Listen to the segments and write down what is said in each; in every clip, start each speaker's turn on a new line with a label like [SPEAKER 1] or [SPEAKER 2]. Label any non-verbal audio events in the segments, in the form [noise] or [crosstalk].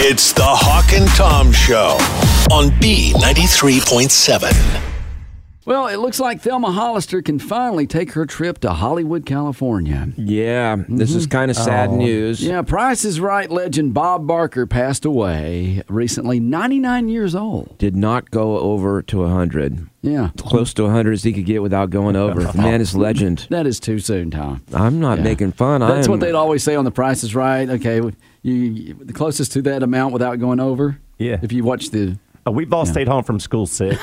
[SPEAKER 1] It's the Hawk and Tom Show on B93.7.
[SPEAKER 2] Well, it looks like Thelma Hollister can finally take her trip to Hollywood, California.
[SPEAKER 3] Yeah, this is kind of sad news.
[SPEAKER 2] Mm-hmm. Oh. Yeah, Price is Right legend Bob Barker passed away recently, 99 years old.
[SPEAKER 3] Did not go over to 100.
[SPEAKER 2] Yeah.
[SPEAKER 3] Close to 100 as he could get without going over.
[SPEAKER 2] [laughs]
[SPEAKER 3] The man is legend.
[SPEAKER 2] That is too soon, Tom.
[SPEAKER 3] I'm not
[SPEAKER 2] Yeah.
[SPEAKER 3] making fun.
[SPEAKER 2] That's
[SPEAKER 3] I'm,
[SPEAKER 2] what they'd always say on The Price is Right. Okay, you, the closest to that amount without going over.
[SPEAKER 4] Yeah.
[SPEAKER 2] If you watch the [laughs]
[SPEAKER 4] Uh, we've all stayed home from school sick.
[SPEAKER 2] watch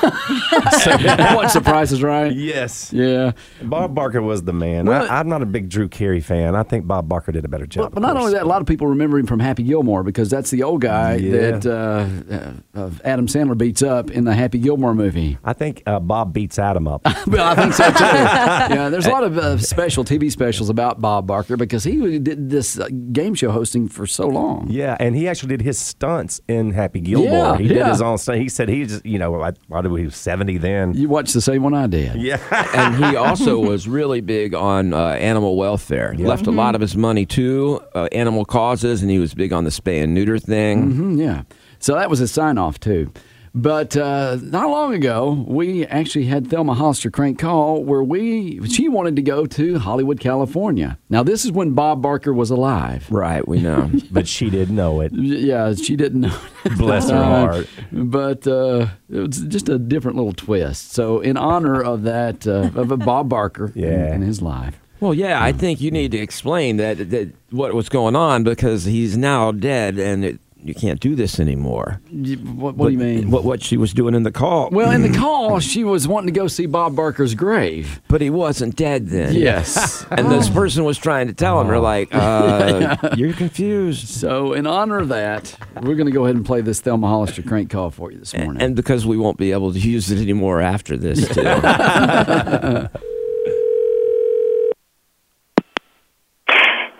[SPEAKER 2] The Price is Right.
[SPEAKER 4] yes.
[SPEAKER 2] Yeah.
[SPEAKER 4] Bob Barker was the man.
[SPEAKER 2] Well-
[SPEAKER 4] I, I'm not a big Drew Carey fan. I think Bob Barker did a better job.
[SPEAKER 2] But, but not
[SPEAKER 4] of
[SPEAKER 2] only that, a lot of people remember him from Happy Gilmore because that's the old guy
[SPEAKER 4] Yeah.
[SPEAKER 2] that uh, uh, uh, Adam Sandler beats up in the Happy Gilmore movie.
[SPEAKER 4] I think uh, Bob beats
[SPEAKER 2] [laughs]
[SPEAKER 4] Adam up.
[SPEAKER 2] Well, I think so too. yeah, there's a lot of uh, special TV specials about Bob Barker because he did this uh, game show hosting for so long.
[SPEAKER 4] yeah, and he actually did his stunts in Happy Gilmore. he did
[SPEAKER 2] yeah.
[SPEAKER 4] his own stunt. He said he just, you know, I, why did we, he was 70 then.
[SPEAKER 2] You watched the same one I did.
[SPEAKER 4] yeah.
[SPEAKER 3] and
[SPEAKER 2] [laughs]
[SPEAKER 3] he also was really big on uh, animal welfare. Left
[SPEAKER 2] Mm-hmm.
[SPEAKER 3] a lot of his money to uh, animal causes, and he was big on the spay and neuter thing.
[SPEAKER 2] Mhm, yeah. So that was a sign off too. But uh, not long ago, we actually had Thelma Hollister crank call where we she wanted to go to Hollywood, California. Now this is when Bob Barker was alive.
[SPEAKER 3] Right, we
[SPEAKER 2] [laughs]
[SPEAKER 3] know.
[SPEAKER 4] But she didn't know it.
[SPEAKER 2] Yeah, she didn't know. [laughs]
[SPEAKER 4] Bless her heart.
[SPEAKER 2] But uh, it was just a different little twist. So, in honor of that, uh, of a Bob Barker and-
[SPEAKER 4] Yeah.
[SPEAKER 2] and his life.
[SPEAKER 3] well, yeah, I think you need to explain that, that what was going on because he's now dead, and it, you can't do this anymore.
[SPEAKER 2] You- What, what do you mean?
[SPEAKER 3] What, what she was doing in the call.
[SPEAKER 2] well, in the call, she was wanting to go see Bob Barker's grave.
[SPEAKER 3] but he wasn't dead then.
[SPEAKER 2] Yes.
[SPEAKER 3] And
[SPEAKER 5] Oh.
[SPEAKER 3] this person was trying to tell him,
[SPEAKER 5] [laughs]
[SPEAKER 3] they're like, uh, you're confused.
[SPEAKER 2] so, in honor of that, we're going to go ahead and play this Thelma Hollister crank call for you this morning.
[SPEAKER 3] And because we won't be able to use it anymore
[SPEAKER 5] [laughs]
[SPEAKER 3] after this, too.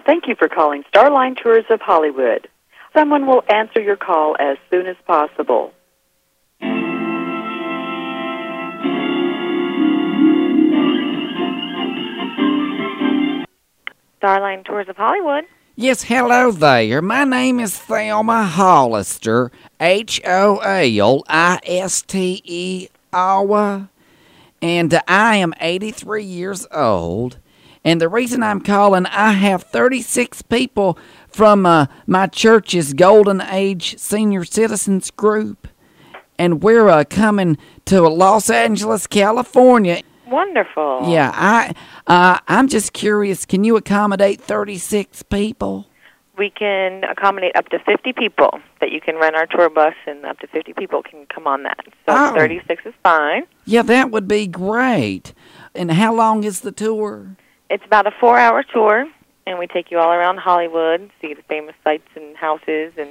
[SPEAKER 6] Thank you for calling Starline Tours of Hollywood. Someone will answer your call as soon as possible.
[SPEAKER 7] Starline Tours of Hollywood.
[SPEAKER 5] Yes, hello there. My name is Thelma Hollister, H O L I S T E R, and uh, I am 83 years old. And the reason I'm calling, I have 36 people from uh, my church's Golden Age Senior Citizens Group, and we're uh, coming to Los Angeles, California.
[SPEAKER 6] Wonderful.
[SPEAKER 5] Yeah, I uh, I'm just curious. Can you accommodate 36 people?
[SPEAKER 6] We can accommodate up to 50 people that you can rent our tour bus and up to 50 people can come on that. So
[SPEAKER 5] Oh.
[SPEAKER 6] 36 is fine.
[SPEAKER 5] Yeah, that would be great. And how long is the tour?
[SPEAKER 6] It's about a 4-hour tour and we take you all around Hollywood, see the famous sights and houses and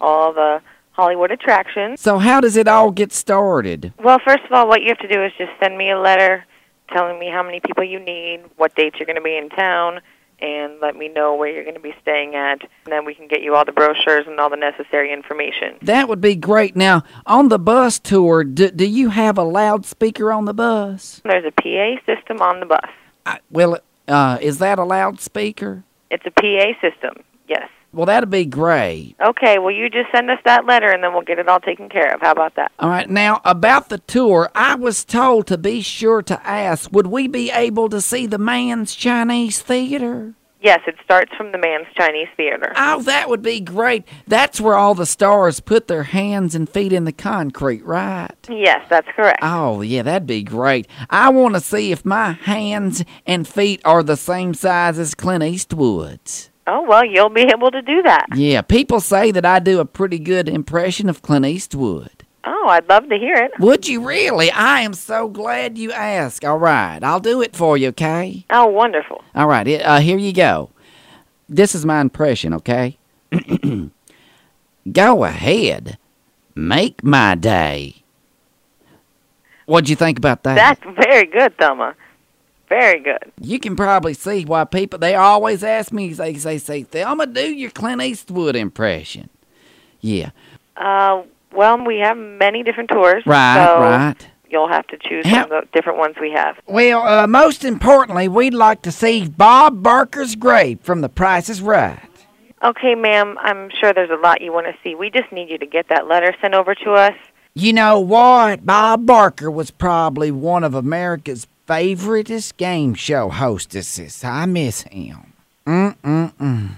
[SPEAKER 6] all the Hollywood attractions.
[SPEAKER 5] So how does it all get started?
[SPEAKER 6] Well, first of all, what you have to do is just send me a letter telling me how many people you need, what dates you're going to be in town, and let me know where you're going to be staying at. And then we can get you all the brochures and all the necessary information.
[SPEAKER 5] That would be great. Now, on the bus tour, do, do you have a loudspeaker on the bus?
[SPEAKER 6] There's a PA system on the bus.
[SPEAKER 5] I, well, uh, is that a loudspeaker?
[SPEAKER 6] It's a PA system, yes.
[SPEAKER 5] Well, that'd be great.
[SPEAKER 6] Okay, well, you just send us that letter and then we'll get it all taken care of. How about that?
[SPEAKER 5] All right. Now, about the tour, I was told to be sure to ask, would we be able to see the man's Chinese theater?
[SPEAKER 6] Yes, it starts from the Man's Chinese Theater.
[SPEAKER 5] Oh, that would be great. That's where all the stars put their hands and feet in the concrete, right?
[SPEAKER 6] Yes, that's correct.
[SPEAKER 5] Oh, yeah, that'd be great. I want to see if my hands and feet are the same size as Clint Eastwood's.
[SPEAKER 6] Oh, well, you'll be able to do that.
[SPEAKER 5] Yeah, people say that I do a pretty good impression of Clint Eastwood.
[SPEAKER 6] Oh, I'd love to hear it.
[SPEAKER 5] Would you really? I am so glad you asked. All right, I'll do it for you, okay?
[SPEAKER 6] Oh, wonderful.
[SPEAKER 5] All right, it- uh, here you go. This is my impression, okay? [clears throat] go ahead. Make my day. What'd you think about that?
[SPEAKER 6] That's very good, Thelma. Very good.
[SPEAKER 5] You can probably see why people they always ask me they they say Thelma do your Clint Eastwood impression. Yeah.
[SPEAKER 6] Uh, well, we have many different tours.
[SPEAKER 5] Right,
[SPEAKER 6] so
[SPEAKER 5] right.
[SPEAKER 6] You'll have to choose
[SPEAKER 5] How-
[SPEAKER 6] from the different ones we have.
[SPEAKER 5] Well, uh, most importantly, we'd like to see Bob Barker's grave from The Price is Right.
[SPEAKER 6] Okay, ma'am, I'm sure there's a lot you want to see. We just need you to get that letter sent over to us.
[SPEAKER 5] You know what? Bob Barker was probably one of America's favoriteest game show hostesses. I miss him. Mm-mm-mm.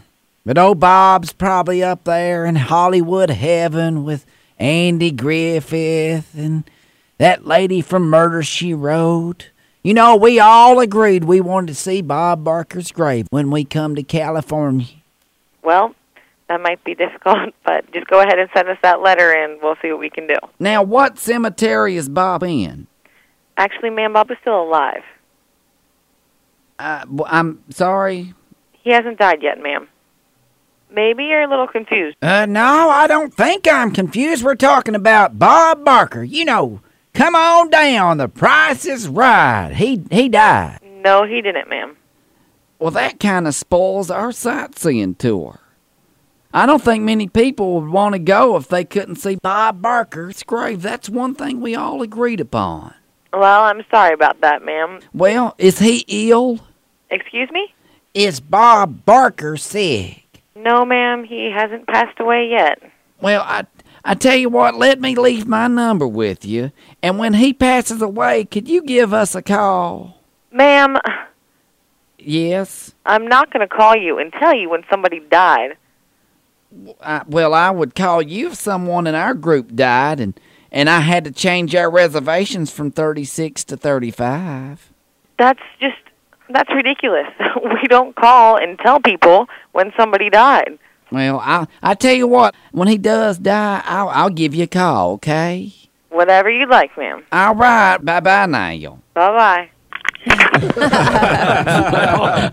[SPEAKER 5] But old Bob's probably up there in Hollywood heaven with Andy Griffith and that lady from Murder She Wrote. You know, we all agreed we wanted to see Bob Barker's grave when we come to California.
[SPEAKER 6] Well, that might be difficult, [laughs] but just go ahead and send us that letter and we'll see what we can do.
[SPEAKER 5] Now, what cemetery is Bob in?
[SPEAKER 6] Actually, ma'am, Bob is still alive.
[SPEAKER 5] Uh, w- I'm sorry.
[SPEAKER 6] He hasn't died yet, ma'am. Maybe you're a little confused.
[SPEAKER 5] Uh, no, I don't think I'm confused. We're talking about Bob Barker. You know, come on down. The price is right. He he died.
[SPEAKER 6] No, he didn't, ma'am.
[SPEAKER 5] Well, that kind of spoils our sightseeing tour. I don't think many people would want to go if they couldn't see Bob Barker's grave. That's one thing we all agreed upon.
[SPEAKER 6] Well, I'm sorry about that, ma'am.
[SPEAKER 5] Well, is he ill?
[SPEAKER 6] Excuse me?
[SPEAKER 5] Is Bob Barker sick?
[SPEAKER 6] No, ma'am, he hasn't passed away yet.
[SPEAKER 5] Well, I I tell you what, let me leave my number with you, and when he passes away, could you give us a call?
[SPEAKER 6] Ma'am,
[SPEAKER 5] Yes.
[SPEAKER 6] I'm not going to call you and tell you when somebody died.
[SPEAKER 5] I, well, I would call you if someone in our group died, and and I had to change our reservations from thirty six to thirty five.
[SPEAKER 6] That's just, that's ridiculous. [laughs] we don't call and tell people when somebody died.
[SPEAKER 5] Well, I I tell you what, when he does die, I'll I'll give you a call. Okay.
[SPEAKER 6] Whatever you'd like, ma'am.
[SPEAKER 5] All right. Bye bye now.
[SPEAKER 6] Bye bye.
[SPEAKER 2] well,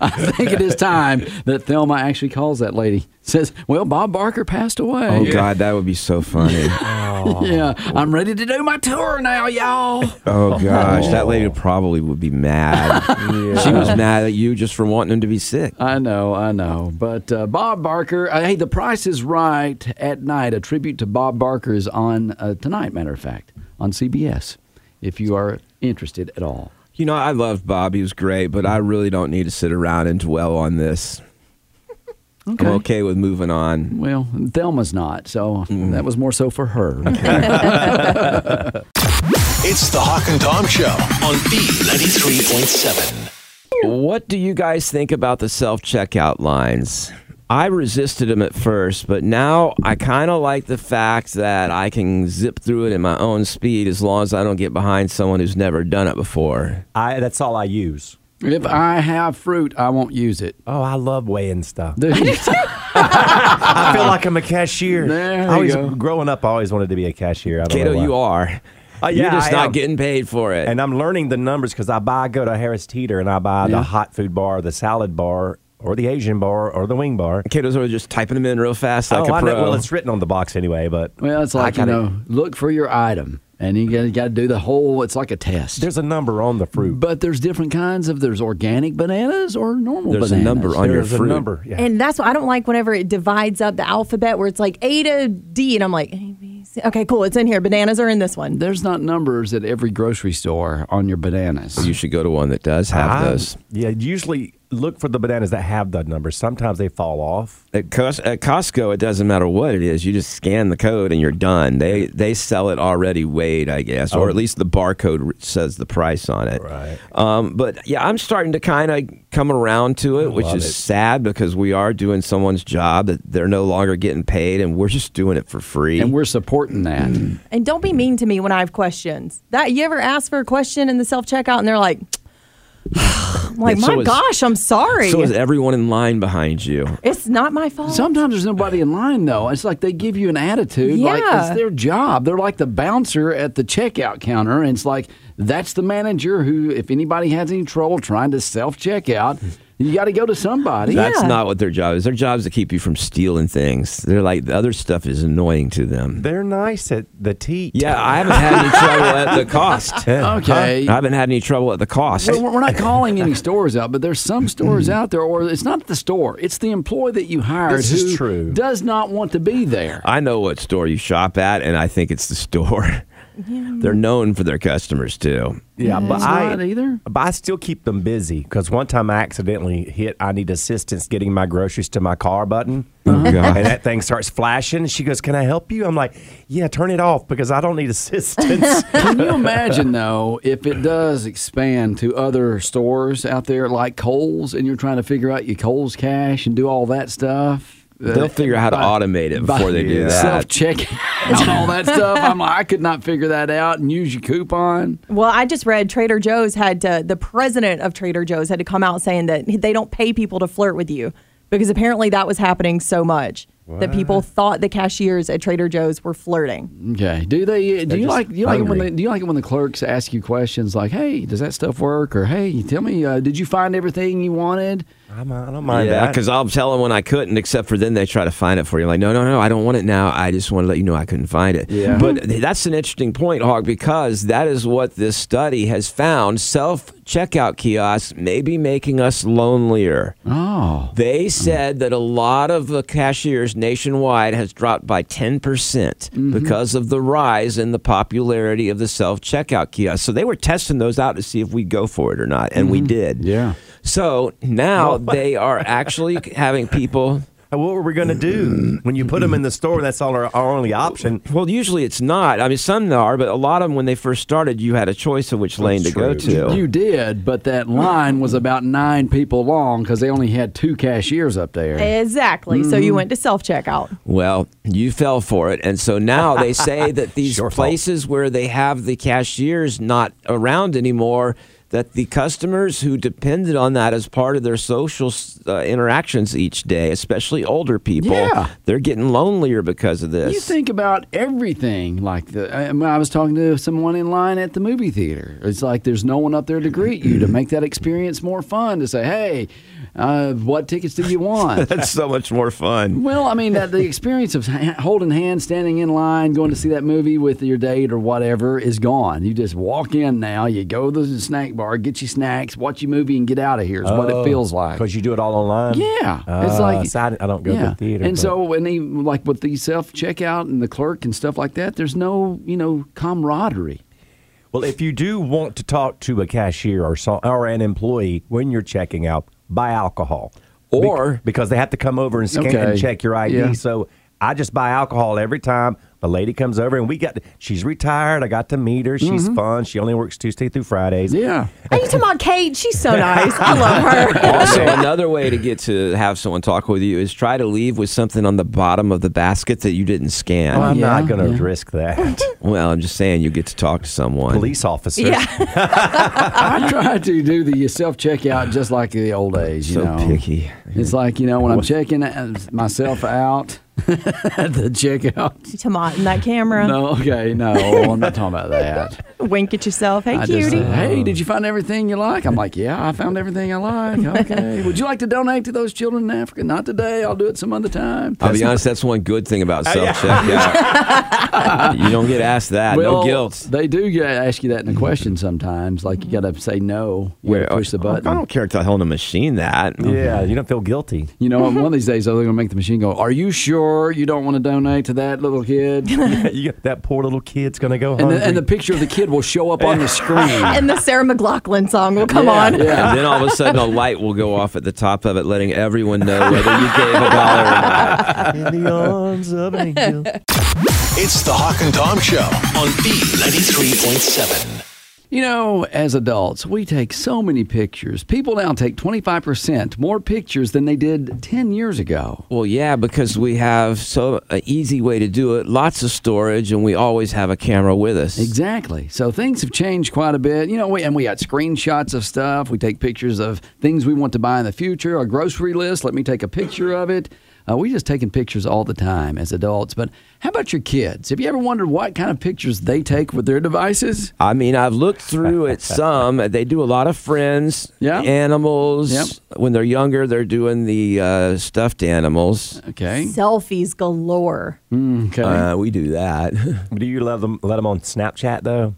[SPEAKER 2] [laughs] I think it is time that Thelma actually calls that lady. Says, "Well, Bob Barker passed away."
[SPEAKER 3] Oh God, that would be so funny.
[SPEAKER 2] [laughs] Yeah, I'm ready to do my tour now, y'all.
[SPEAKER 3] Oh gosh, that lady probably would be mad. She was mad at you just for wanting him to be sick.
[SPEAKER 2] [laughs] I know, I know. But uh, Bob Barker, uh, hey, The Price is Right at night. A tribute to Bob Barker is on uh, tonight. Matter of fact, on CBS. If you are interested at all.
[SPEAKER 3] You know, I love Bob. He was great, but I really don't need to sit around and dwell on this. I'm okay with moving on.
[SPEAKER 2] Well, Thelma's not, so
[SPEAKER 3] Hmm.
[SPEAKER 2] that was more so for her.
[SPEAKER 1] It's the Hawk and Tom Show on B93.7.
[SPEAKER 3] What do you guys think about the self checkout lines? I resisted them at first, but now I kind of like the fact that I can zip through it at my own speed as long as I don't get behind someone who's never done it before.
[SPEAKER 4] I, that's all I use.
[SPEAKER 2] If I have fruit, I won't use it.
[SPEAKER 4] Oh, I love weighing
[SPEAKER 2] [laughs]
[SPEAKER 4] stuff.
[SPEAKER 2] Dude,
[SPEAKER 4] I
[SPEAKER 2] [laughs]
[SPEAKER 4] feel like I'm a cashier.
[SPEAKER 2] There you
[SPEAKER 4] I always,
[SPEAKER 2] go.
[SPEAKER 4] Growing up, I always wanted to be a cashier. I don't
[SPEAKER 3] Kato,
[SPEAKER 4] know why.
[SPEAKER 3] you are.
[SPEAKER 4] Uh,
[SPEAKER 3] You're
[SPEAKER 4] yeah,
[SPEAKER 3] just
[SPEAKER 4] I
[SPEAKER 3] not
[SPEAKER 4] am.
[SPEAKER 3] getting paid for it.
[SPEAKER 4] And I'm learning the numbers because I buy, I go to Harris Teeter and I buy
[SPEAKER 2] Yeah.
[SPEAKER 4] the hot food bar, the salad bar, or the Asian bar, or the wing bar.
[SPEAKER 3] Kato's over just typing them in real fast like
[SPEAKER 4] oh,
[SPEAKER 3] a
[SPEAKER 4] I
[SPEAKER 3] pro.
[SPEAKER 4] know. Well, it's written on the box anyway, but
[SPEAKER 2] well, it's like
[SPEAKER 4] I
[SPEAKER 2] you
[SPEAKER 4] gotta-
[SPEAKER 2] know, look for your item, and you got you got to do the whole. It's like a test.
[SPEAKER 4] there's a number on the fruit.
[SPEAKER 2] but there's different kinds of there's organic bananas or normal
[SPEAKER 3] There's
[SPEAKER 2] bananas.
[SPEAKER 3] a number on your
[SPEAKER 4] There's a
[SPEAKER 3] fruit.
[SPEAKER 4] number. Yeah.
[SPEAKER 8] And that's what I don't like whenever it divides up the alphabet where it's like A to D and I'm like, A, B, C. Okay, cool. It's in here. Bananas are in this one.
[SPEAKER 2] There's not numbers at every grocery store on your bananas.
[SPEAKER 3] You should go to one that does have
[SPEAKER 4] I-
[SPEAKER 3] those.
[SPEAKER 4] Yeah, usually look for the bananas that have the number. Sometimes they fall off.
[SPEAKER 3] At, Cos- at Costco, it doesn't matter what it is. You just scan the code and you're done. They they sell it already weighed, I guess, or
[SPEAKER 4] Oh.
[SPEAKER 3] at least the barcode r- says the price on it. Right. Um, but yeah, I'm starting to kind of come around to it, which
[SPEAKER 4] love
[SPEAKER 3] is
[SPEAKER 4] it.
[SPEAKER 3] sad because we are doing someone's job that they're no longer getting paid, and we're just doing it for free. And
[SPEAKER 2] we're supporting that.
[SPEAKER 8] And don't be mean to me when I have questions. That you ever ask for a question in the self checkout and they're like, [sighs] I'm like,
[SPEAKER 3] And so
[SPEAKER 8] my
[SPEAKER 3] is-
[SPEAKER 8] gosh, I'm sorry.
[SPEAKER 3] So is everyone in line behind you.
[SPEAKER 8] it's not my fault.
[SPEAKER 2] Oh. Sometimes there's nobody in line though. It's like they give you an attitude, like
[SPEAKER 8] Yeah.
[SPEAKER 2] it's their job. They're like the bouncer at the checkout counter, and it's like that's the manager who, if anybody has any trouble trying to self checkout, you got to go to somebody.
[SPEAKER 3] That's not what their job is. Their job is to keep you from stealing things. They're like the other stuff is annoying to them.
[SPEAKER 4] They're nice at the teat.
[SPEAKER 3] Yeah, I haven't had any trouble at the cost.
[SPEAKER 2] [laughs] Okay.
[SPEAKER 3] I haven't had any trouble at the cost.
[SPEAKER 2] We're, we're not calling
[SPEAKER 3] [laughs]
[SPEAKER 2] any stores out, but there's some stores out there, or it's not the store; it's the employee that you hired
[SPEAKER 3] This
[SPEAKER 2] who
[SPEAKER 3] is true.
[SPEAKER 2] does not want to be there.
[SPEAKER 3] I know what store you shop at, and I think it's the store. They're known for their customers too.
[SPEAKER 4] Yeah, but
[SPEAKER 2] it's
[SPEAKER 4] I
[SPEAKER 2] not either.
[SPEAKER 4] But I still keep them busy because one time I accidentally hit "I need assistance getting my groceries to my car" button,
[SPEAKER 3] Oh, God.
[SPEAKER 4] and that thing starts flashing. She goes, "Can I help you?" I'm like, "Yeah, turn it off because I don't
[SPEAKER 2] [laughs]
[SPEAKER 4] need [laughs] assistance."
[SPEAKER 2] Can you imagine though if it does expand to other stores out there like Coles, and you're trying to figure out your Coles cash and do all that stuff? Uh,
[SPEAKER 3] They'll figure out how to automate it before they do that.
[SPEAKER 2] Self check out all that stuff. I'm like, I could not figure that out and use your coupon.
[SPEAKER 8] Well, I just read Trader Joe's had to, the president of Trader Joe's had to come out saying that they don't pay people to flirt with you because apparently that was happening so much that people thought the cashiers at Trader Joe's were flirting.
[SPEAKER 2] Okay. Do they? Do
[SPEAKER 8] They're
[SPEAKER 2] you
[SPEAKER 8] just
[SPEAKER 2] like? Do you like it when?
[SPEAKER 8] hungry.
[SPEAKER 2] They, do you like it when the clerks ask you questions like, "Hey, does that stuff work?" or "Hey, tell me, uh, did you find everything you wanted?"
[SPEAKER 4] I'm, I don't
[SPEAKER 3] yeah, because I'll tell them when I couldn't, except for then they try to find it for you. Like, no, no, no, I don't want it now. I just want to let you know I couldn't find it.
[SPEAKER 2] Yeah.
[SPEAKER 3] But that's an interesting point, Hawk, because that is what this study has found. Self checkout kiosks may be making us lonelier.
[SPEAKER 2] Oh.
[SPEAKER 3] They said that a lot of the cashiers nationwide has dropped by 10% percent
[SPEAKER 2] Mm-hmm.
[SPEAKER 3] because of the rise in the popularity of the self checkout kiosks. So they were testing those out to see if we go for it or not, and we did.
[SPEAKER 2] Mm-hmm. Yeah.
[SPEAKER 3] So
[SPEAKER 2] [laughs]
[SPEAKER 3] now they are actually having people.
[SPEAKER 4] What were we going
[SPEAKER 2] [clears throat]
[SPEAKER 4] to do when you put them in the store? That's all our, our only option.
[SPEAKER 3] Well, usually it's not. I mean, some are, but a lot of them, when they first started, you had a choice of which lane to go to.
[SPEAKER 2] You did, but that line was about nine people long because they only had two cashiers up there.
[SPEAKER 8] Exactly. So
[SPEAKER 2] Mm-hmm.
[SPEAKER 8] you went to self checkout.
[SPEAKER 3] Well, you fell for it. And so now
[SPEAKER 2] [laughs]
[SPEAKER 3] they say that these places where they have the cashiers not around anymore, that the customers who depended on that as part of their social uh, interactions each day, especially older people,
[SPEAKER 2] Yeah.
[SPEAKER 3] they're getting lonelier because of this.
[SPEAKER 2] You think about everything. Like the, I, mean, I was talking to someone in line at the movie theater. It's like there's no one up there to greet you to make that experience more fun. To say, "Hey, uh, what tickets do you
[SPEAKER 3] [laughs]
[SPEAKER 2] want?"
[SPEAKER 3] That's so much more fun.
[SPEAKER 2] Well, I mean, that the experience of ha- holding hands, standing in line, going to see that movie with your date or whatever is gone. You just walk in now, you go to the snack bar, get your snacks, watch your movie, and get out of here is
[SPEAKER 4] Oh,
[SPEAKER 2] what it feels like.
[SPEAKER 4] because Uh, you do it all online.
[SPEAKER 2] Yeah, it's
[SPEAKER 4] Ah,
[SPEAKER 2] like
[SPEAKER 4] so I, I don't go to the theater.
[SPEAKER 2] And
[SPEAKER 4] but-
[SPEAKER 2] so when they like with the self checkout and the clerk and stuff like that, there's no you know camaraderie.
[SPEAKER 4] Well, if you do want to talk to a cashier or so, or an employee when you're checking out, buy alcohol. Be-
[SPEAKER 3] Or-
[SPEAKER 4] because they have to come over and scan
[SPEAKER 3] Okay.
[SPEAKER 4] and check your ID.
[SPEAKER 3] Yeah.
[SPEAKER 4] So I just buy alcohol every time. The lady comes over and we got she's retired. I got to meet her. She's fun. She only works Tuesday through Fridays.
[SPEAKER 2] Yeah.
[SPEAKER 8] Are you talking about Kate? She's so nice. I love
[SPEAKER 2] [laughs]
[SPEAKER 8] her.
[SPEAKER 3] also, another way to get to have someone talk with you is try to leave with something on the bottom of the basket that you didn't scan.
[SPEAKER 4] Well, I'm not going to risk that.
[SPEAKER 3] Well, I'm just saying you get to talk to someone. [laughs]
[SPEAKER 4] Police officer.
[SPEAKER 2] I try to do the self checkout just like the old days. You
[SPEAKER 3] So
[SPEAKER 2] know,
[SPEAKER 3] picky.
[SPEAKER 2] It's like you know when I'm checking uh, myself out at the checkout.
[SPEAKER 8] You talking about in that camera?
[SPEAKER 2] No, okay, no, I'm not talking about that.
[SPEAKER 8] Wink at yourself. Hey,
[SPEAKER 2] I
[SPEAKER 8] cutie.
[SPEAKER 2] just, uh, hey, did you find everything you like? I'm like, yeah, I found everything I like. Okay, would you like to donate to those children in Africa? Not today. I'll do it some other time.
[SPEAKER 3] I'll be honest, that's one good thing about
[SPEAKER 2] Uh,
[SPEAKER 3] self
[SPEAKER 2] [laughs]
[SPEAKER 3] checkout. you don't get asked that. no
[SPEAKER 2] Well,
[SPEAKER 3] guilt.
[SPEAKER 2] They do get- ask you that in a question sometimes. Like you got to say no. You gotta push
[SPEAKER 8] oh,
[SPEAKER 2] the button.
[SPEAKER 3] I don't care if I hold a machine that.
[SPEAKER 4] [laughs] Yeah, you don't feel guilty. [laughs]
[SPEAKER 2] You
[SPEAKER 8] [laughs]
[SPEAKER 2] know, one of these days, though, they're going to make the machine go, Are you sure you don't want to donate to that little
[SPEAKER 8] [laughs]
[SPEAKER 2] kid?
[SPEAKER 4] you got that poor little kid's going to go
[SPEAKER 2] And
[SPEAKER 4] hungry. [laughs]
[SPEAKER 2] the, and the picture of the kid kid will show up on the screen.
[SPEAKER 8] [laughs] and the Sarah McLaughlin song will come on.
[SPEAKER 3] And then all of a sudden, a light will go off at the top of it, letting everyone know whether you gave a dollar or
[SPEAKER 2] [laughs]
[SPEAKER 3] not.
[SPEAKER 4] In the arms of an angel.
[SPEAKER 1] It's the Hawk and Tom Show on B93.7.
[SPEAKER 2] You know, as adults, we take so many pictures. People now take 25% more pictures than they did 10 years ago.
[SPEAKER 3] Well, yeah, because we have so an easy way to do it, lots of storage, and we always have a camera with us.
[SPEAKER 2] Exactly. So things have changed quite a bit. You know, we, and we got screenshots of stuff. We take pictures of things we want to buy in the future, a grocery list. Let me take a picture of it. Uh, we just taking pictures all the time as adults. But how about your kids? Have you ever wondered what kind of pictures they take with their devices?
[SPEAKER 3] I mean, I've looked through at some. They do a lot of friends,
[SPEAKER 2] Yeah.
[SPEAKER 3] animals.
[SPEAKER 2] Yep.
[SPEAKER 3] When they're younger, they're doing the uh, stuffed animals.
[SPEAKER 2] Okay.
[SPEAKER 8] Selfies galore.
[SPEAKER 2] Okay.
[SPEAKER 3] Uh, we
[SPEAKER 2] [laughs]
[SPEAKER 3] do that.
[SPEAKER 4] Do you love them? Let them on Snapchat though.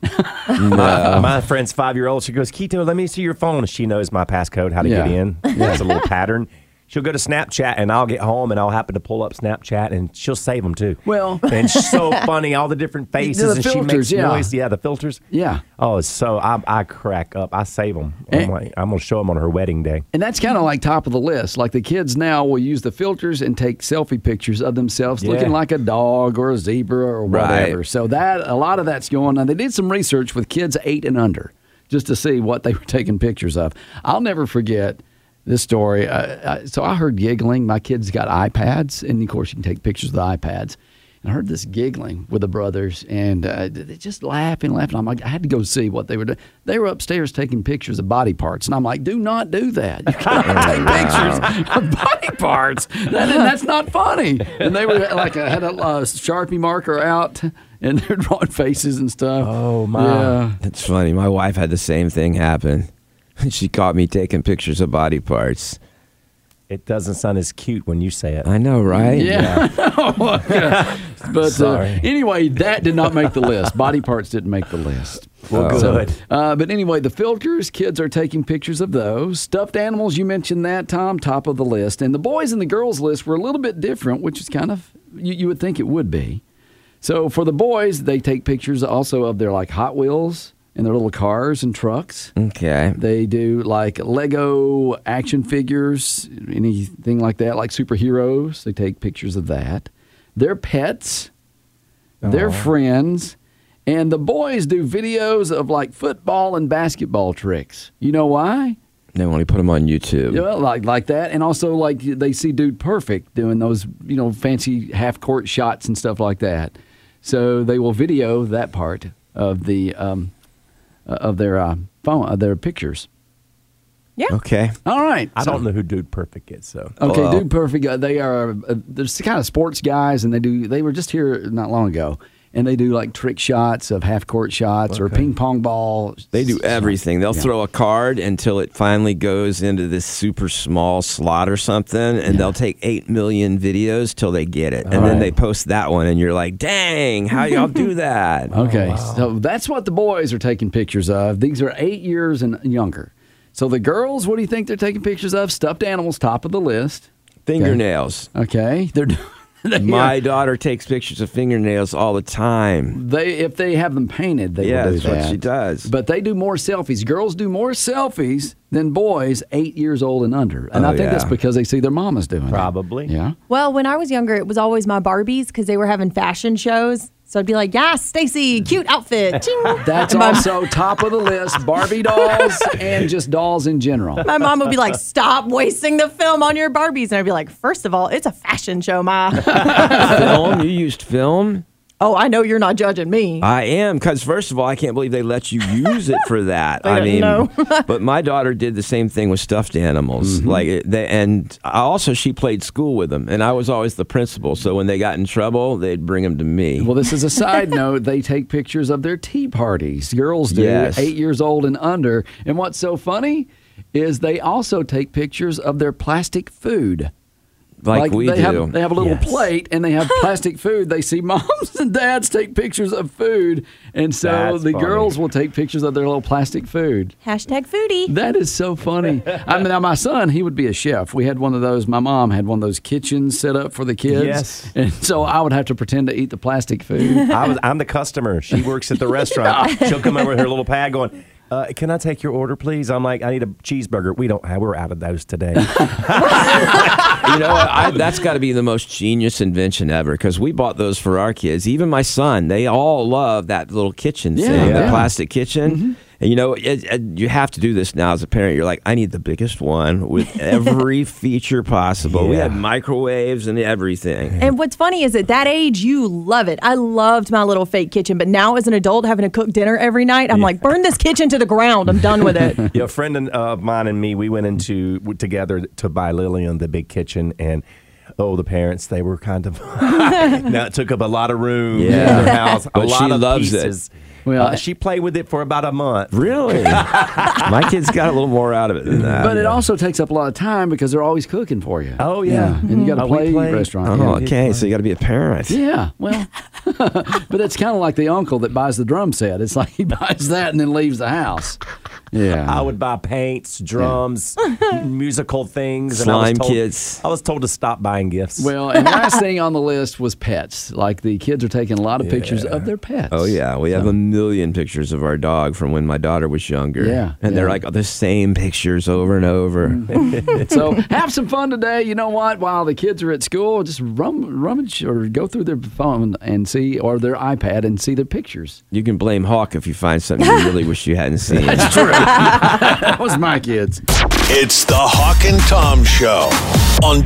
[SPEAKER 4] my,
[SPEAKER 3] No.
[SPEAKER 4] my friend's five year old. She goes, Keto, let me see your phone. She knows my passcode, how to get
[SPEAKER 2] Yeah.
[SPEAKER 4] in.
[SPEAKER 2] [laughs]
[SPEAKER 4] That's a little pattern. She'll go to Snapchat, and I'll get home, and I'll happen to pull up Snapchat, and she'll save them too.
[SPEAKER 2] Well-
[SPEAKER 4] and
[SPEAKER 2] [laughs]
[SPEAKER 4] she's so funny, all the different faces,
[SPEAKER 2] The
[SPEAKER 4] and she
[SPEAKER 2] filters,
[SPEAKER 4] makes
[SPEAKER 2] yeah.
[SPEAKER 4] noise. Yeah, the filters.
[SPEAKER 2] Yeah.
[SPEAKER 4] Oh, it's so I, I crack up. I save them. I'm,
[SPEAKER 2] And-
[SPEAKER 4] like, I'm gonna show them on her
[SPEAKER 2] [laughs]
[SPEAKER 4] wedding day.
[SPEAKER 2] And that's kind of like top of the list. Like the kids now will use the filters and take selfie pictures of themselves
[SPEAKER 4] Yeah.
[SPEAKER 2] looking like a dog or a zebra or
[SPEAKER 3] Right.
[SPEAKER 2] whatever. So that a lot of that's going on. They did some research with kids 8 and under just to see what they [laughs] were taking pictures of. I'll never forget this story. Uh, uh, so I heard giggling. My kids got iPads, and of course you can take pictures of the iPads. And I heard this giggling with the brothers, and uh, they just laughing, laughing. I'm like, I had to go see what they were doing. They were upstairs taking pictures of body parts, and I'm like, do not do that. You cannot take [laughs] pictures of body parts. That- that's not funny. And they were like, I had a uh, sharpie marker out, and they're drawing faces and stuff.
[SPEAKER 4] Oh, my.
[SPEAKER 2] Yeah.
[SPEAKER 3] That's funny. My wife had the same thing happen. [laughs] She caught me taking pictures of body parts.
[SPEAKER 4] It doesn't sound as cute when you say it.
[SPEAKER 3] I know, right?
[SPEAKER 2] Yeah. but uh,
[SPEAKER 4] Sorry.
[SPEAKER 2] anyway, that did not make the list. Body parts didn't make the list.
[SPEAKER 4] Well,
[SPEAKER 2] So,
[SPEAKER 4] good.
[SPEAKER 2] uh, but anyway, the filters, kids are taking pictures of those. Stuffed animals, you mentioned that, Tom, top of the list. And the boys and the girls list were a little bit different, which is kind of, you, you would think it would be. So for the boys, they take pictures also of their like Hot Wheels and their little cars and trucks. [laughs]
[SPEAKER 3] Okay.
[SPEAKER 2] They do like Lego action figures, anything like that, like superheroes. They take pictures of that. Their pets, their friends, and the boys do videos of like football and basketball tricks. You know why?
[SPEAKER 3] They only put them on YouTube.
[SPEAKER 2] Yeah, like like that, and also like they see Dude Perfect doing those, you know, fancy half court shots and stuff like that. So they will video that part of the um, uh, of their uh, phone of their pictures.
[SPEAKER 3] Okay.
[SPEAKER 2] All right.
[SPEAKER 4] I
[SPEAKER 2] So-
[SPEAKER 4] don't know who Dude Perfect is, so
[SPEAKER 2] Okay,
[SPEAKER 3] Well-
[SPEAKER 2] Dude Perfect. Uh, they are uh, they're kind of sports guys, and they do. They were just here not long ago, and they do like trick shots of half court shots or ping pong ball.
[SPEAKER 3] They do everything. They'll
[SPEAKER 2] Yeah.
[SPEAKER 3] throw a card until it finally goes into this super small slot or something, and they'll take 8 million videos till they get it. and then
[SPEAKER 2] right.
[SPEAKER 3] they post that one, and you're like, dang, how
[SPEAKER 2] [laughs]
[SPEAKER 3] y'all do that?
[SPEAKER 2] Okay, so that's what the boys are taking pictures of. These are eight years and younger. So the girls, what do you think they're taking pictures of? Stuffed animals, top of the list.
[SPEAKER 3] Fingernails.
[SPEAKER 2] Okay, they're [laughs] doing. They,
[SPEAKER 3] My daughter takes pictures of fingernails all the time.
[SPEAKER 2] they if they have them painted, they
[SPEAKER 3] Yeah,
[SPEAKER 2] will do
[SPEAKER 3] that's what
[SPEAKER 2] that.
[SPEAKER 3] she does. [laughs]
[SPEAKER 2] But they do more selfies. Girls do more selfies than boys eight years old and under, and
[SPEAKER 3] Oh,
[SPEAKER 2] I think that's
[SPEAKER 3] yeah.
[SPEAKER 2] because they see their mamas doing it.
[SPEAKER 4] Probably.
[SPEAKER 3] [laughs]
[SPEAKER 2] Yeah.
[SPEAKER 8] Well, when I was younger, it was always my Barbies because they were having fashion shows. So I'd be like, yeah, Stacy, cute
[SPEAKER 3] [laughs]
[SPEAKER 8] outfit. Ching.
[SPEAKER 2] That's
[SPEAKER 8] And my,
[SPEAKER 2] also top of the list. Barbie dolls and just dolls in general.
[SPEAKER 8] my mom would be like, stop wasting the film on your Barbies. And I'd be like, first of all, it's a fashion show,
[SPEAKER 3] [laughs]
[SPEAKER 8] Ma.
[SPEAKER 3] film? You used film?
[SPEAKER 8] oh, I know you're not judging me.
[SPEAKER 3] I am because first of all, I can't believe they let you use it
[SPEAKER 2] [laughs]
[SPEAKER 3] for that. I
[SPEAKER 8] don't
[SPEAKER 3] mean,
[SPEAKER 8] know.
[SPEAKER 3] [laughs] but my daughter did the same thing with stuffed animals.
[SPEAKER 2] Mm-hmm.
[SPEAKER 3] Like, it- they, and I also she played school with them, and I was always the principal. So when they got in trouble, they'd bring them to me.
[SPEAKER 2] Well, this is a
[SPEAKER 3] [laughs]
[SPEAKER 2] side note. They take pictures of their tea parties. Girls do,
[SPEAKER 3] Yes.
[SPEAKER 2] eight years old and under. And what's so funny is they also take pictures of their plastic food.
[SPEAKER 3] like, we
[SPEAKER 2] they
[SPEAKER 3] do.
[SPEAKER 2] Have, they have a little
[SPEAKER 3] Yes.
[SPEAKER 2] plate and they have plastic food. They see [laughs] moms and dads take pictures of food, and so
[SPEAKER 8] That's
[SPEAKER 2] the
[SPEAKER 8] funny.
[SPEAKER 2] girls will take pictures of their little plastic food.
[SPEAKER 8] Hashtag foodie.
[SPEAKER 2] That is so funny. I mean, now my son, he would be a chef. We had one of those. My mom had one of those kitchens set up for the kids.
[SPEAKER 4] Yes.
[SPEAKER 2] And so I would have to pretend to eat the plastic
[SPEAKER 4] [laughs]
[SPEAKER 2] food.
[SPEAKER 4] I was, I'm the customer. She
[SPEAKER 3] [laughs]
[SPEAKER 4] works at the restaurant. She'll come over with her little pad going, uh, can I take your order, please? I'm like, I need a cheeseburger. We don't have, we're out of
[SPEAKER 3] [laughs]
[SPEAKER 4] those today. [laughs]
[SPEAKER 3] you know, what? I, that's got to be the most genius invention ever because we bought those for our kids. Even my son, they all love that little kitchen
[SPEAKER 9] Yeah,
[SPEAKER 3] thing, the
[SPEAKER 9] yeah.
[SPEAKER 3] plastic kitchen. And you know, it, it, you have to do this now as a parent. You're like, I need the biggest one [laughs] with every feature possible. We had microwaves and everything.
[SPEAKER 8] And what's funny is at that age, you love it. I loved my little fake kitchen, but now as an adult having to cook dinner every night, I'm like, burn this kitchen to the ground. I'm done with
[SPEAKER 3] [laughs]
[SPEAKER 8] it.
[SPEAKER 4] yeah, a friend and- of mine and me, we went into together to buy Lillian the big kitchen and. Oh, the parents, they were kind of. [laughs] now it took up a lot of room
[SPEAKER 3] Yeah.
[SPEAKER 4] in their house. A
[SPEAKER 3] But
[SPEAKER 4] lot
[SPEAKER 3] she
[SPEAKER 4] of
[SPEAKER 3] loves it.
[SPEAKER 4] pieces.
[SPEAKER 2] Well,
[SPEAKER 4] Uh, she played with it for about a
[SPEAKER 3] [laughs]
[SPEAKER 4] month.
[SPEAKER 3] Really? My kids got a little more out of it than that.
[SPEAKER 2] But it also takes up a lot of time because they're always cooking for you.
[SPEAKER 4] Oh
[SPEAKER 3] yeah.
[SPEAKER 2] and you got to
[SPEAKER 3] Oh, we
[SPEAKER 2] play,
[SPEAKER 3] play-
[SPEAKER 2] restaurant.
[SPEAKER 3] Oh,
[SPEAKER 2] yeah.
[SPEAKER 3] okay. So you got to be a parent.
[SPEAKER 2] Yeah, well, [laughs] but it's kind of like the uncle that buys the drum set. It's like he [laughs] buys that and then leaves the house. Yeah.
[SPEAKER 4] I would buy paints, drums, [laughs] musical things. I
[SPEAKER 2] Slime
[SPEAKER 4] was told,
[SPEAKER 2] kits.
[SPEAKER 4] I was told to stop buying gifts. [laughs]
[SPEAKER 2] Well, and last thing on the list was pets. Like the kids are taking a lot of pictures of their pets.
[SPEAKER 3] Oh yeah, we have a million pictures of our dog from when my daughter was younger.
[SPEAKER 2] Yeah,
[SPEAKER 3] and they're
[SPEAKER 2] yeah.
[SPEAKER 3] like the same pictures over and Mm-hmm. over.
[SPEAKER 2] so have some fun today. You know what? While the kids are at school, just rum, rummage or go through their phone and see, or their iPad and see their pictures.
[SPEAKER 3] you can blame Hawk if you find something you really wish you
[SPEAKER 2] [laughs]
[SPEAKER 3] hadn't seen. That's
[SPEAKER 2] true. that was my kids.
[SPEAKER 1] It's the Hawk and Tom Show on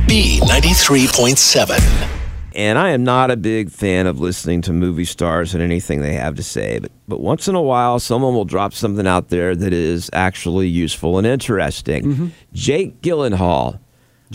[SPEAKER 1] B93.7.
[SPEAKER 3] And I am not a big fan of listening to movie stars and anything they have to say, but, but once in a while, someone will drop something out there that is actually useful and interesting. Jake Gyllenhaal.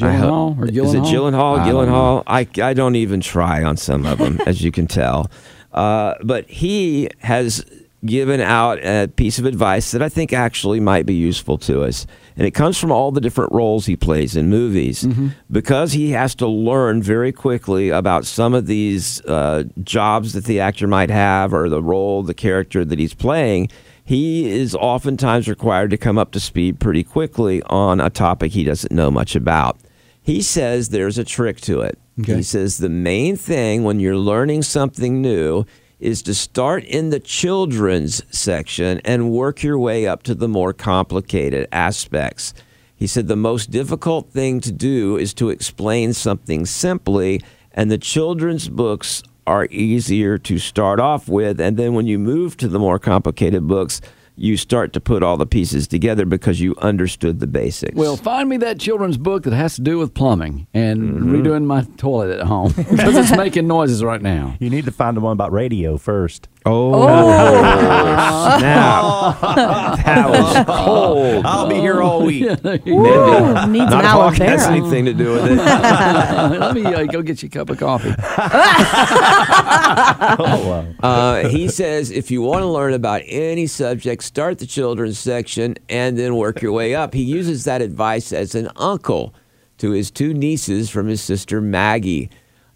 [SPEAKER 3] I ho-
[SPEAKER 2] Mm-hmm. Gyllenhaal or
[SPEAKER 3] Is it
[SPEAKER 2] Gyllenhaal?
[SPEAKER 3] Gyllenhaal?
[SPEAKER 2] I don't
[SPEAKER 3] Gyllenhaal? I, I don't even try on some of them, as you can tell. Uh, but he has given out a piece of advice that I think actually might be useful to us. And it comes from all the different roles he plays in movies.
[SPEAKER 2] Mm-hmm.
[SPEAKER 3] Because he has to learn very quickly about some of these uh, jobs that the actor might have or the role, the character that he's playing, he is oftentimes required to come up to speed pretty quickly on a topic he doesn't know much about. He says there's a trick to it. He says the main thing when you're learning something new is to start in the children's section and work your way up to the more complicated aspects. He said the most difficult thing to do is to explain something simply, and the children's books are easier to start off with. And then when you move to the more complicated books, you start to put all the pieces together because you understood the basics.
[SPEAKER 2] Well, find me that children's book that has to do with plumbing and
[SPEAKER 3] Mm-hmm.
[SPEAKER 2] redoing my toilet at home [laughs] because it's making noises right now. [laughs]
[SPEAKER 4] You need to find the one about radio first.
[SPEAKER 3] Oh,
[SPEAKER 4] Oh.
[SPEAKER 2] Oh. [laughs]
[SPEAKER 3] snap. That was cold.
[SPEAKER 4] I'll be here all week.
[SPEAKER 2] [laughs]
[SPEAKER 3] Ooh,
[SPEAKER 8] needs an
[SPEAKER 3] Not Hawk has
[SPEAKER 8] aloe vera.
[SPEAKER 3] anything to do with
[SPEAKER 2] [laughs]
[SPEAKER 3] it.
[SPEAKER 2] Let me uh, go get you a cup of coffee.
[SPEAKER 4] Oh,
[SPEAKER 3] Uh, he says if you want to learn about any subject, start the children's section and then work your way up. He uses that advice as an uncle to his two nieces from his sister Maggie.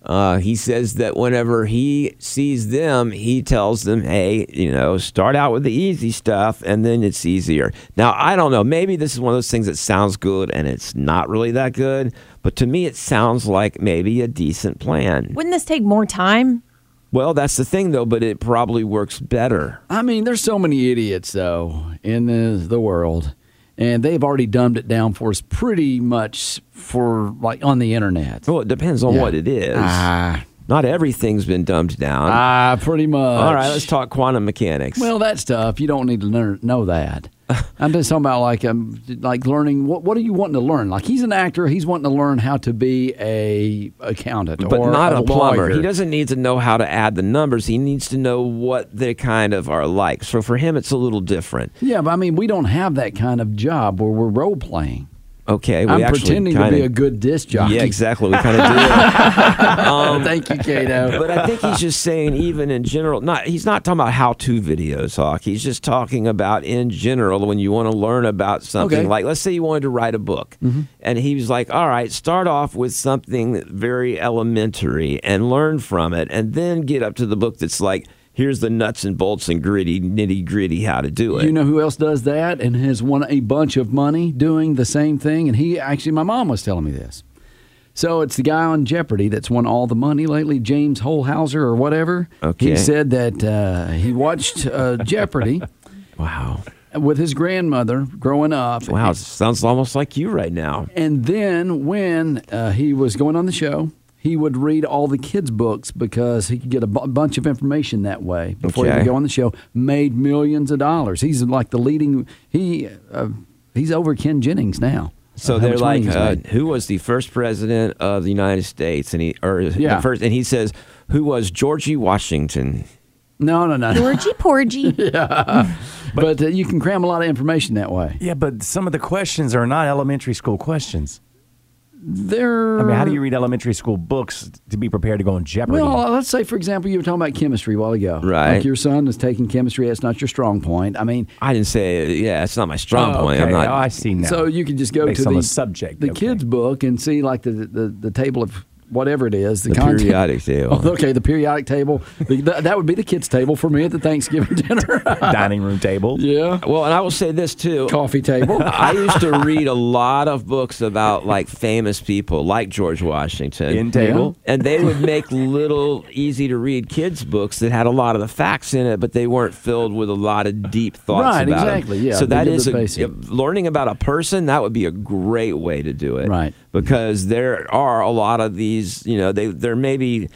[SPEAKER 3] Uh, he says that whenever he sees them, he tells them, hey, you know, start out with the easy stuff and then it's easier. Now, I don't know. Maybe this is one of those things that sounds good and it's not really that good, but to me, it sounds like maybe a decent plan.
[SPEAKER 8] Wouldn't this take more time?
[SPEAKER 3] Well, that's the thing, though, but it probably works better.
[SPEAKER 2] I mean, there's so many idiots though in the, the world, and they've already dumbed it down for us pretty much for like on the internet.
[SPEAKER 3] Well, it depends on
[SPEAKER 2] Yeah.
[SPEAKER 3] what it is.
[SPEAKER 2] Ah.
[SPEAKER 3] Not everything's been dumbed down.
[SPEAKER 2] Ah, pretty much.
[SPEAKER 3] All right, let's talk quantum mechanics.
[SPEAKER 2] Well, that stuff you don't need to learn, know
[SPEAKER 3] [laughs]
[SPEAKER 2] that. I'm just talking about like um, like learning what what are you wanting to learn? Like he's an actor, he's wanting to learn how to be a accountant
[SPEAKER 3] but
[SPEAKER 2] or
[SPEAKER 3] not a, plumber.
[SPEAKER 2] lawyer.
[SPEAKER 3] He doesn't need to know how to add the numbers. He needs to know what they kind of are like. So for him, it's a little different.
[SPEAKER 2] Yeah, but I mean, we don't have that kind of job where we're role playing.
[SPEAKER 3] Okay, we
[SPEAKER 2] I'm
[SPEAKER 3] actually
[SPEAKER 2] pretending to
[SPEAKER 3] kinda-
[SPEAKER 2] be a good disc jockey.
[SPEAKER 3] Yeah, exactly. We kind of do.
[SPEAKER 2] [laughs]
[SPEAKER 3] Um,
[SPEAKER 2] Thank you, Kato.
[SPEAKER 3] but I think he's just saying, even in general, not he's not talking about how-to videos, Hawk. He's just talking about in general when you want to learn about something.
[SPEAKER 2] Okay. Mm-hmm.
[SPEAKER 3] Like, let's say you wanted to write a book, and he was like, "All right, start off with something very elementary and learn from it, and then get up to the book that's like." Here's the nuts and bolts and gritty, nitty gritty, how to do it.
[SPEAKER 2] You know who else does that and has won a bunch of money doing the same thing? And he actually, my mom was telling me this. So it's the guy on Jeopardy that's won all the money lately, James Holhauser or whatever.
[SPEAKER 3] Okay.
[SPEAKER 2] He said that uh, he watched uh, Jeopardy. [laughs]
[SPEAKER 3] wow.
[SPEAKER 2] With his grandmother growing up.
[SPEAKER 3] Wow, sounds almost like you right now.
[SPEAKER 2] And then when uh, he was going on the show, he would read all the kids' books because he could get a bu- bunch of information that way before he
[SPEAKER 3] Okay.
[SPEAKER 2] would go on the show. Made millions of dollars. He's like the leading. He uh, he's over Ken Jennings now.
[SPEAKER 3] So
[SPEAKER 2] Uh, how
[SPEAKER 3] they're
[SPEAKER 2] much money
[SPEAKER 3] like,
[SPEAKER 2] he's
[SPEAKER 3] uh,
[SPEAKER 2] made.
[SPEAKER 3] who was the first president of the United States? And he or
[SPEAKER 2] Yeah.
[SPEAKER 3] the first, and he says, who was Georgie Washington?
[SPEAKER 2] no, no, no.
[SPEAKER 8] Georgie Porgy.
[SPEAKER 2] [laughs] yeah. But uh, you can cram a lot of information that way.
[SPEAKER 4] Yeah, but some of the questions are not elementary school questions.
[SPEAKER 2] They're.
[SPEAKER 4] I mean, how do you read elementary school books to be prepared to go on Jeopardy?
[SPEAKER 2] Well, let's say, for example, you were talking about chemistry a while ago.
[SPEAKER 3] Right.
[SPEAKER 2] Like your son is taking chemistry. That's not your strong point. I mean,
[SPEAKER 3] I didn't say, yeah, it's not my strong
[SPEAKER 4] Oh,
[SPEAKER 3] point. I'm
[SPEAKER 4] okay.
[SPEAKER 3] not.
[SPEAKER 4] Oh, I see now.
[SPEAKER 2] So you could just go
[SPEAKER 4] Based
[SPEAKER 2] to
[SPEAKER 4] on
[SPEAKER 2] the,
[SPEAKER 4] the subject,
[SPEAKER 2] the
[SPEAKER 4] okay.
[SPEAKER 2] kids' book, and see like the the, the table of whatever it is, the,
[SPEAKER 3] The
[SPEAKER 2] content. [laughs]
[SPEAKER 3] periodic table.
[SPEAKER 2] Oh, okay, the periodic table. The, th that would be the kids' table for me at the Thanksgiving [laughs]
[SPEAKER 3] [laughs]
[SPEAKER 2] dinner.
[SPEAKER 4] [laughs] Dining room table.
[SPEAKER 2] yeah,
[SPEAKER 3] Well, and I will say this too. [laughs]
[SPEAKER 2] coffee table.
[SPEAKER 3] I used to read a lot of books about like famous people, like George Washington.
[SPEAKER 4] In table.
[SPEAKER 3] And they would make little easy to read kids books that had a lot of the facts in it, but they weren't filled with a lot of deep thoughts
[SPEAKER 2] Right,
[SPEAKER 3] about 'em.
[SPEAKER 2] exactly, yeah,
[SPEAKER 3] So
[SPEAKER 2] they
[SPEAKER 3] that
[SPEAKER 2] give
[SPEAKER 3] is
[SPEAKER 2] the
[SPEAKER 3] a,
[SPEAKER 2] basic.
[SPEAKER 3] if learning about a person. That would be a great way to do it,
[SPEAKER 2] Right.
[SPEAKER 3] Because there are a lot of these. You know, they there may be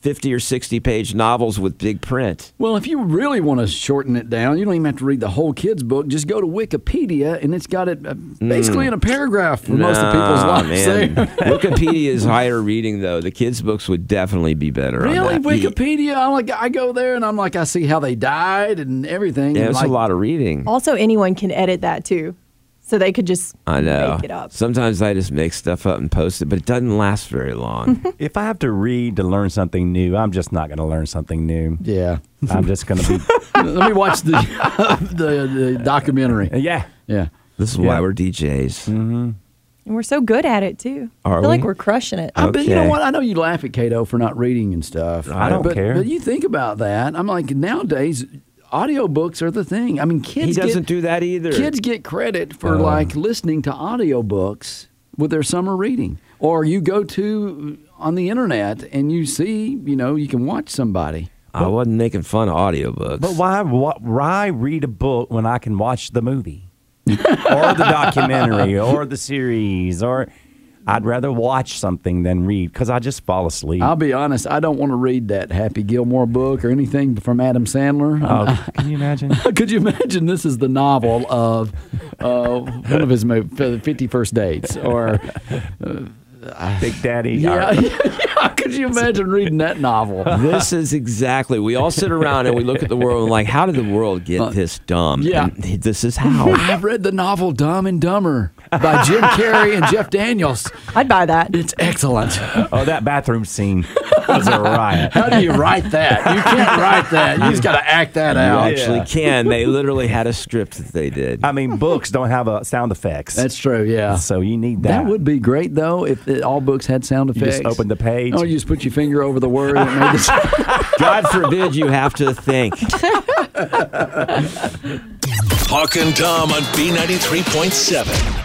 [SPEAKER 3] fifty or sixty page novels with big print.
[SPEAKER 2] Well, if you really want to shorten it down, you don't even have to read the whole kids' book. Just go to Wikipedia, and it's got it uh, basically in a paragraph for most of people's
[SPEAKER 3] Hmm. Nah,
[SPEAKER 2] lives.
[SPEAKER 3] [laughs]
[SPEAKER 2] eh?
[SPEAKER 3] man.
[SPEAKER 2] there.
[SPEAKER 3] Wikipedia is higher reading though. The kids' books would definitely be better.
[SPEAKER 2] [laughs]
[SPEAKER 3] on
[SPEAKER 2] Really,
[SPEAKER 3] that.
[SPEAKER 2] Wikipedia? I like. I go there, and I'm like, I see how they died and everything.
[SPEAKER 3] Yeah,
[SPEAKER 2] and
[SPEAKER 3] it's
[SPEAKER 2] like,
[SPEAKER 3] a lot of reading.
[SPEAKER 8] Also, anyone can edit that too, so they could just
[SPEAKER 3] I know.
[SPEAKER 8] make it up.
[SPEAKER 3] Sometimes I just make stuff up and post it, but it doesn't last very long.
[SPEAKER 4] [laughs] If I have to read to learn something new, I'm just not going to learn something new.
[SPEAKER 2] Yeah.
[SPEAKER 4] I'm just going to
[SPEAKER 2] [laughs] Let me watch the the, the documentary.
[SPEAKER 4] be. yeah.
[SPEAKER 2] Yeah.
[SPEAKER 3] this is why we're DJs.
[SPEAKER 8] And we're so good at it too.
[SPEAKER 3] Are
[SPEAKER 8] I feel like
[SPEAKER 3] we?
[SPEAKER 8] we're crushing it.
[SPEAKER 2] I bet you know
[SPEAKER 3] Okay.
[SPEAKER 2] what? I know you laugh at Cato for not reading and stuff.
[SPEAKER 4] I don't
[SPEAKER 2] but,
[SPEAKER 4] care.
[SPEAKER 2] But you think about that. I'm like, nowadays, audiobooks are the thing. I mean, kids
[SPEAKER 3] He doesn't
[SPEAKER 2] get,
[SPEAKER 3] do that either.
[SPEAKER 2] Kids get credit for like listening to audiobooks with their summer reading. Or you go to on the internet and you see, you know, you can watch somebody.
[SPEAKER 3] I wasn't making fun of audiobooks.
[SPEAKER 4] But why, why why read a book when I can watch the movie or the
[SPEAKER 2] [laughs]
[SPEAKER 4] documentary or the series or I'd rather watch something than read because I just fall asleep.
[SPEAKER 2] I'll be honest, I don't want to read that Happy Gilmore book or anything from Adam Sandler.
[SPEAKER 4] oh, can
[SPEAKER 2] [laughs]
[SPEAKER 4] you imagine?
[SPEAKER 2] Could you imagine this is the novel of uh, one of his mo- 51st dates? Or
[SPEAKER 4] [laughs] Big Daddy.
[SPEAKER 2] yeah, [laughs]
[SPEAKER 4] or-
[SPEAKER 2] yeah, could you imagine reading that
[SPEAKER 4] [laughs]
[SPEAKER 2] novel?
[SPEAKER 3] [laughs] this is exactly. We all sit around and we look at the world and like, how did the world get this dumb?
[SPEAKER 2] yeah.
[SPEAKER 3] And this is how.
[SPEAKER 2] I've read the novel Dumb and Dumber by Jim Carrey and Jeff Daniels.
[SPEAKER 8] I'd buy that.
[SPEAKER 2] It's excellent.
[SPEAKER 4] Oh, that bathroom scene was a
[SPEAKER 2] [laughs]
[SPEAKER 4] riot.
[SPEAKER 2] How do you write that? You can't write that. You just got to act that
[SPEAKER 3] You
[SPEAKER 2] out.
[SPEAKER 3] actually can. They literally had a script that they
[SPEAKER 4] [laughs]
[SPEAKER 3] did.
[SPEAKER 4] I mean, books don't have a sound effects,
[SPEAKER 2] That's true, yeah.
[SPEAKER 4] so you need that.
[SPEAKER 2] That would be great, though, if it, all books had sound
[SPEAKER 4] You
[SPEAKER 2] effects.
[SPEAKER 4] just open the page.
[SPEAKER 2] Oh, you just put your finger over the word and it made the
[SPEAKER 4] [laughs]
[SPEAKER 2] sound.
[SPEAKER 3] God forbid you have to think.
[SPEAKER 1] Hawk and Tom on B93.7.